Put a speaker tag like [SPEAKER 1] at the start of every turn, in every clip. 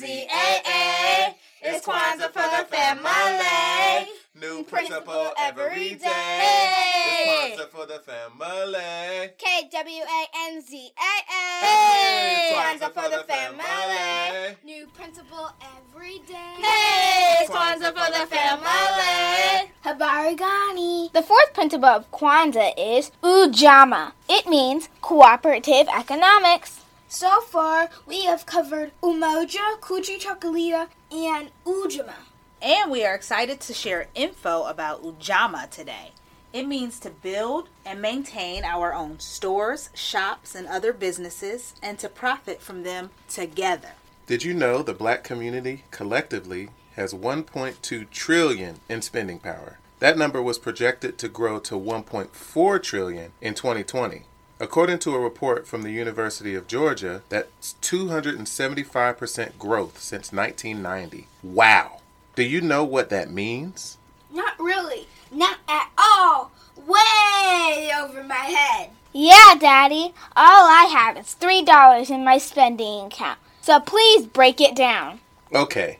[SPEAKER 1] W-A-N-Z-A-A. It's Kwanzaa for the family.
[SPEAKER 2] New
[SPEAKER 1] principle
[SPEAKER 2] principle
[SPEAKER 1] every
[SPEAKER 2] every
[SPEAKER 1] day.
[SPEAKER 2] day. It's Kwanzaa for the family.
[SPEAKER 1] K-W-A-N-Z-A-A.
[SPEAKER 2] Hey,
[SPEAKER 1] Kwanzaa for the family.
[SPEAKER 3] New principal every day.
[SPEAKER 1] Hey, Kwanzaa for the family.
[SPEAKER 3] Habarigani.
[SPEAKER 4] The fourth principle of Kwanzaa is Ujamaa. It means cooperative economics.
[SPEAKER 3] So far, we have covered Umoja, Kuchi Chocolita, and Ujima.
[SPEAKER 5] And we are excited to share info about Ujama today. It means to build and maintain our own stores, shops, and other businesses and to profit from them together.
[SPEAKER 2] Did you know the black community collectively has 1.2 trillion in spending power? That number was projected to grow to 1.4 trillion in 2020. According to a report from the University of Georgia, that's 275% growth since 1990. Wow. Do you know what that means?
[SPEAKER 3] Not really. Not at all. Way over my head.
[SPEAKER 4] Yeah, Daddy, all I have is $3 in my spending account. So please break it down.
[SPEAKER 2] Okay.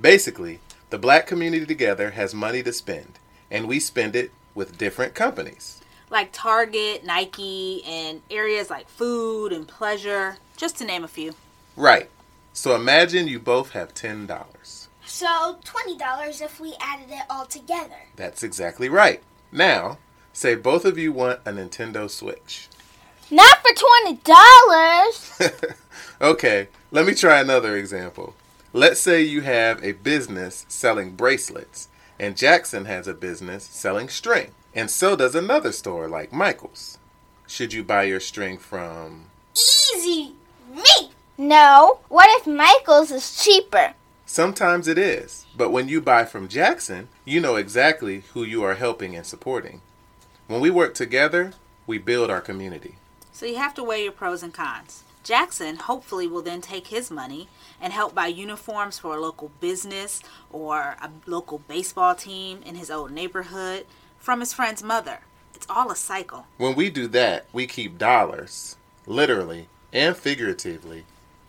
[SPEAKER 2] Basically, the black community together has money to spend, and we spend it with different companies.
[SPEAKER 5] Like Target, Nike, and areas like food and pleasure, just to name a few.
[SPEAKER 2] Right. So imagine you both have $10.
[SPEAKER 3] So $20 if we added it all together.
[SPEAKER 2] That's exactly right. Now, say both of you want a Nintendo Switch.
[SPEAKER 4] Not for $20.
[SPEAKER 2] okay, let me try another example. Let's say you have a business selling bracelets, and Jackson has a business selling string, and so does another store like Michael's. Should you buy your string from
[SPEAKER 3] Easy. Me.
[SPEAKER 4] No, what if Michael's is cheaper?
[SPEAKER 2] Sometimes it is, but when you buy from Jackson, you know exactly who you are helping and supporting. When we work together, we build our community.
[SPEAKER 5] So you have to weigh your pros and cons. Jackson hopefully will then take his money and help buy uniforms for a local business or a local baseball team in his old neighborhood from his friend's mother. It's all a cycle.
[SPEAKER 2] When we do that, we keep dollars, literally and figuratively,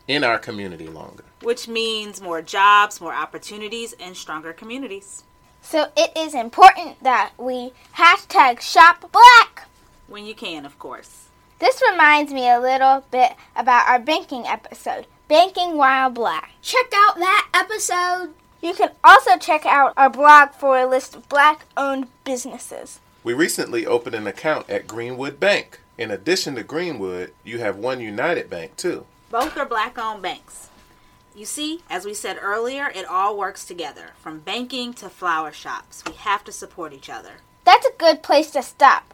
[SPEAKER 2] in our community longer.
[SPEAKER 5] which means more jobs, more opportunities, and stronger communities.
[SPEAKER 4] So it is important that we hashtag shop black.
[SPEAKER 5] When you can, of course.
[SPEAKER 4] This reminds me a little bit about our banking episode, Banking While Black.
[SPEAKER 3] Check out that episode.
[SPEAKER 4] You can also check out our blog for a list of black owned businesses.
[SPEAKER 2] We recently opened an account at Greenwood Bank. In addition to Greenwood, you have one United Bank too.
[SPEAKER 5] Both are black owned banks. You see, as we said earlier, it all works together from banking to flower shops. We have to support each other.
[SPEAKER 4] That's a good place to stop.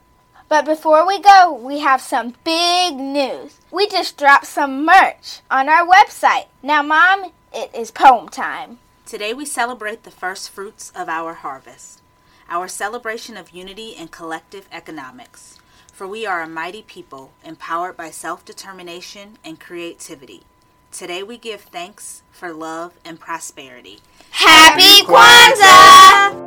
[SPEAKER 4] But before we go, we have some big news. We just dropped some merch on our website. Now, Mom, it is poem time.
[SPEAKER 5] Today we celebrate the first fruits of our harvest, our celebration of unity and collective economics. For we are a mighty people, empowered by self determination and creativity. Today we give thanks for love and prosperity.
[SPEAKER 4] Happy Kwanzaa!